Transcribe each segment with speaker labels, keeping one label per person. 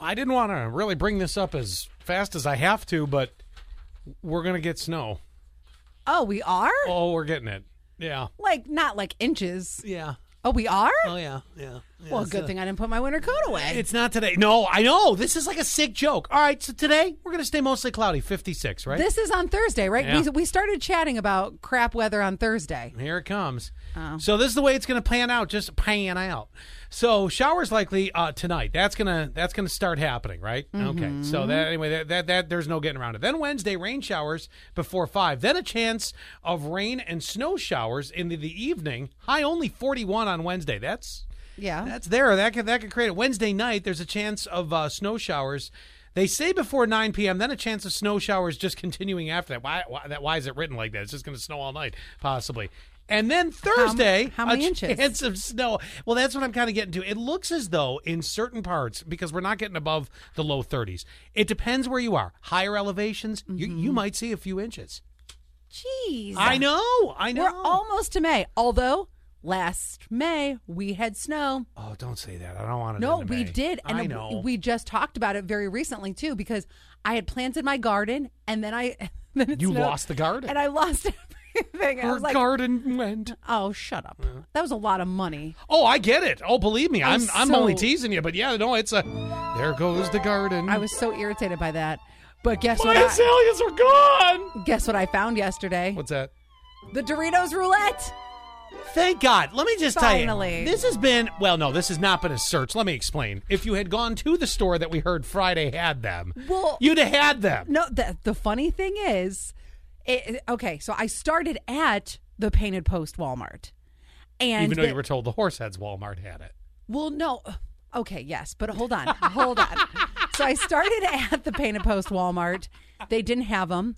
Speaker 1: I didn't want to really bring this up as fast as I have to, but we're gonna get snow.
Speaker 2: Oh, we are?
Speaker 1: Oh, we're getting it. Yeah.
Speaker 2: Like, not like inches.
Speaker 1: Yeah.
Speaker 2: Oh, we are?
Speaker 1: Oh yeah. Yeah.
Speaker 2: well, good thing I didn't put my winter coat away.
Speaker 1: uh, It's not today. No, I know. This is like a sick joke. All right, so today we're gonna stay mostly cloudy, fifty-six, right?
Speaker 2: This is on Thursday, right?
Speaker 1: Yeah.
Speaker 2: We, we started chatting about crap weather on Thursday.
Speaker 1: Here it comes. So this is the way it's going to pan out. Just pan out. So showers likely uh, tonight. That's gonna that's gonna start happening, right? Okay. So that anyway, that, that that there's no getting around it. Then Wednesday, rain showers before five. Then a chance of rain and snow showers into the evening. High only 41 on Wednesday. That's
Speaker 2: Yeah.
Speaker 1: that's there. That could that could create it. Wednesday night. There's a chance of uh, snow showers. They say before 9 p.m. Then a chance of snow showers just continuing after that. Why, why that? Why is it written like that? It's just going to snow all night, possibly. And then Thursday,
Speaker 2: how many
Speaker 1: a
Speaker 2: inches?
Speaker 1: chance of snow. Well, that's what I'm kind of getting to. It looks as though in certain parts, because we're not getting above the low 30s. It depends where you are. Higher elevations, you,
Speaker 2: Mm-hmm.
Speaker 1: you might see a few inches.
Speaker 2: Jeez.
Speaker 1: I know. I know.
Speaker 2: We're almost to May. Although, last May, we had snow.
Speaker 1: oh, don't say that. I don't want to.
Speaker 2: No, we did. And
Speaker 1: I know.
Speaker 2: we just talked about it very recently too, because I had planted my garden and then I then it
Speaker 1: You
Speaker 2: snowed,
Speaker 1: lost the garden.
Speaker 2: And I lost everything.
Speaker 1: Her
Speaker 2: I
Speaker 1: Uh-huh.
Speaker 2: was like,
Speaker 1: garden went.
Speaker 2: Oh, shut up. That was a lot of money.
Speaker 1: Oh, I get it. Oh, believe me, I'm
Speaker 2: I'm
Speaker 1: I'm
Speaker 2: so-
Speaker 1: only teasing you, but yeah, no, it's a. There goes the garden.
Speaker 2: I was so irritated by that. But guess
Speaker 1: My
Speaker 2: what? I,
Speaker 1: azaleas are gone.
Speaker 2: guess what I found yesterday?
Speaker 1: What's that?
Speaker 2: The Doritos roulette.
Speaker 1: Thank God. Let me just tell
Speaker 2: Finally.
Speaker 1: you. This has been, well, no, this has not been a search. Let me explain. If you had gone to the store that we heard Friday had them,
Speaker 2: Well-
Speaker 1: you'd have had them.
Speaker 2: No, the the funny thing is, it, okay, so I started at the Painted Post Walmart, and
Speaker 1: Even though
Speaker 2: the-
Speaker 1: you were told the Horseheads Walmart had it.
Speaker 2: Well, no. uh, Okay, yes, but hold on, hold on. So I started at the Painted Post Walmart. They didn't have them.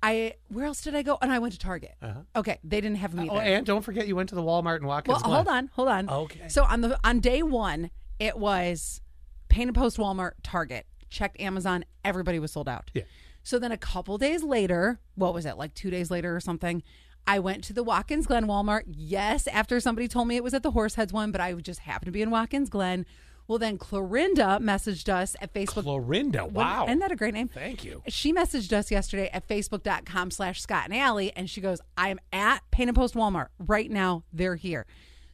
Speaker 2: I where else did I go? And I went to Target. Okay, they didn't have them either.
Speaker 1: Uh-huh. Oh, and don't forget you went to the Walmart and Watkins
Speaker 2: well,
Speaker 1: Glen.
Speaker 2: hold on, hold on.
Speaker 1: Okay.
Speaker 2: So on the on day one, it was Painted Post Walmart, Target. Checked Amazon. Everybody was sold out.
Speaker 1: Yeah.
Speaker 2: So then a couple days later, what was it, like two days later or something? I went to the Watkins Glen Walmart. Yes, after somebody told me it was at the Horseheads one, but I just happened to be in Watkins Glen. Well, then Clorinda messaged us at Facebook.
Speaker 1: Florinda. Wow.
Speaker 2: Isn't that a great name?
Speaker 1: Thank you.
Speaker 2: She messaged us yesterday at facebook.com slash Scott and Allie, and she goes, I'm at Paint and Post Walmart right now. They're here.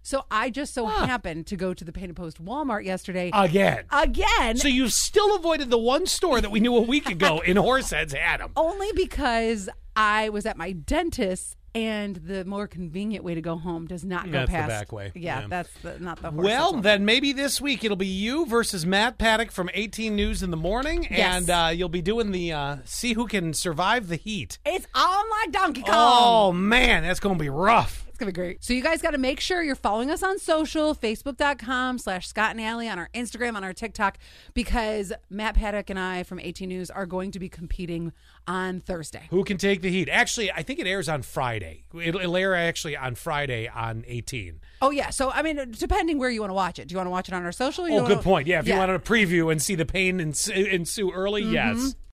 Speaker 2: So I just so happened to go to the Paint and Post Walmart yesterday
Speaker 1: Again.
Speaker 2: Uh, again.
Speaker 1: so you still avoided the one store that we knew a week ago in Horseheads had them.
Speaker 2: only because I was at my dentist, and the more convenient way to go home does not go
Speaker 1: That's the
Speaker 2: past
Speaker 1: back way.
Speaker 2: Yeah,
Speaker 1: Yeah.
Speaker 2: that's the, not the horse.
Speaker 1: Well,
Speaker 2: that's
Speaker 1: then maybe this week it'll be you versus Matt Paddock from 18 News in the morning,
Speaker 2: Yes.
Speaker 1: and uh, you'll be doing the uh, see who can survive the heat.
Speaker 2: all. it's on like Donkey Kong.
Speaker 1: Oh man, that's gonna be rough.
Speaker 2: It's gonna be great. So you guys got to make sure you're following us on social, facebook.com slash Scott and Alley, on our Instagram, on our TikTok, because Matt Paddock and I from 18 News are going to be competing on Thursday.
Speaker 1: Who can take the heat? Actually, I think it airs on Friday. It'll, it'll air actually on Friday on 18.
Speaker 2: Oh yeah. So I mean, depending where you want to watch it, do you want to watch it on our social? or you
Speaker 1: Oh,
Speaker 2: wanna- Mm-hmm.
Speaker 1: good point. Yeah, if you wanted a preview and see the pain ens- ensue early, yes.